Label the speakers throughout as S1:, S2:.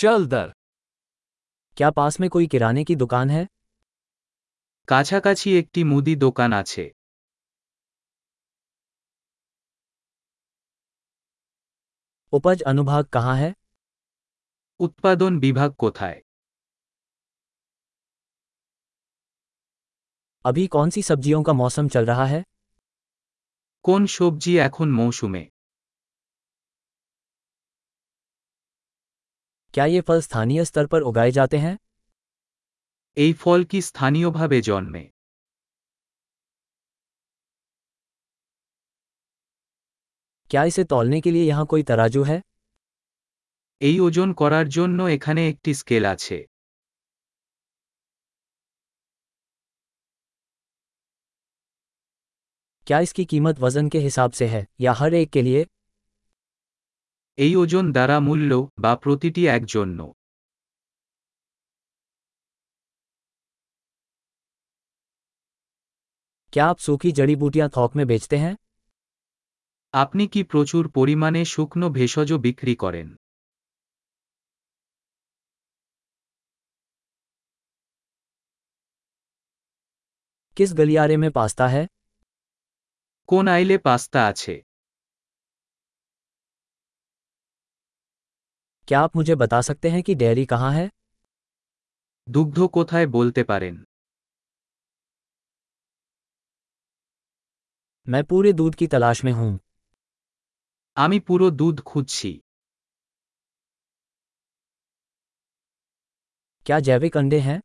S1: चल दर
S2: क्या पास में कोई किराने की दुकान है
S3: কাছাকাছি একটি মুদি দোকান আছে
S2: उपज अनुभाग कहाँ है
S3: উৎপাদন বিভাগ কোথায়
S2: अभी कौन सी सब्जियों का मौसम चल रहा है
S3: কোন সবজি এখন মৌসুমে
S2: क्या ये फल स्थानीय स्तर पर उगाए जाते हैं
S3: এই ফল কি স্থানীয়ভাবে জন্মে
S2: क्या इसे तौलने के लिए यहाँ कोई तराजू है
S3: এই ওজন করার জন্য এখানে একটি স্কেল আছে
S2: क्या इसकी कीमत वजन के हिसाब से है या हर एक के लिए
S3: এই ওজন দ্বারা মূল্য বা প্রতিটি এক জন্য
S2: क्या आप सूखी जड़ी बूटियां थोक में बेचते हैं
S3: আপনি কি প্রচুর পরিমাণে শুকনো ভেষজ বিক্রি করেন
S2: किस गलियारे में पास्ता है
S3: কোন আইলে পাস্তা আছে
S2: क्या आप मुझे बता सकते हैं कि डेयरी कहाँ है
S3: দুগ্ধ কোথায় বলতে পারেন
S2: मैं पूरे दूध की तलाश में हूँ
S3: আমি পুরো দুধ খুঁজছি
S2: क्या जैविक अंडे हैं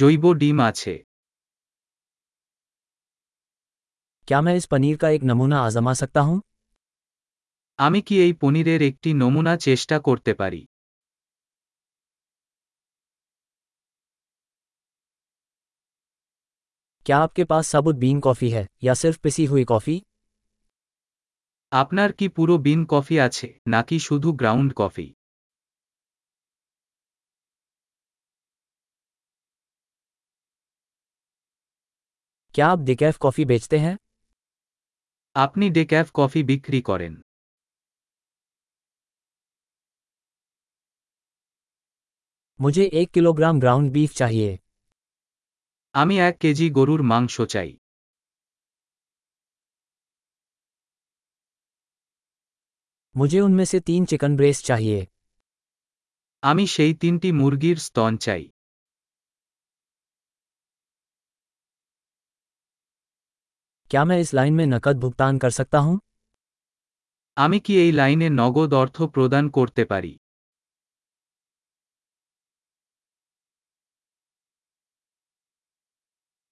S3: জৈব ডিম আছে
S2: क्या मैं इस पनीर का एक नमूना आजमा सकता हूँ
S3: আমি কি এই পনিরের একটি নমুনা চেষ্টা করতে পারি
S2: क्या आपके पास साबुत बीन कॉफ़ी है या सिर्फ पिसी हुई कॉफ़ी
S3: আপনার কি পুরো বিন কফি আছে নাকি শুধু গ্রাউন্ড কফি
S2: क्या आप डिकैफ कॉफ़ी बेचते हैं
S3: আপনি ডেক্যাফ কফি বিক্রি করেন
S2: मुझे एक किलोग्राम ग्राउंड बीफ चाहिए
S3: আমি এক কেজি গরুর মাংস চাই
S2: मुझे उनमें से तीन चिकन ब्रेस्ट चाहिए
S3: আমি সেই তিনটি মুরগির স্তন চাই
S2: क्या मैं इस लाइन में नकद भुगतान कर सकता हूँ
S3: আমি কি এই লাইনে নগদ অর্থ প্রদান করতে পারি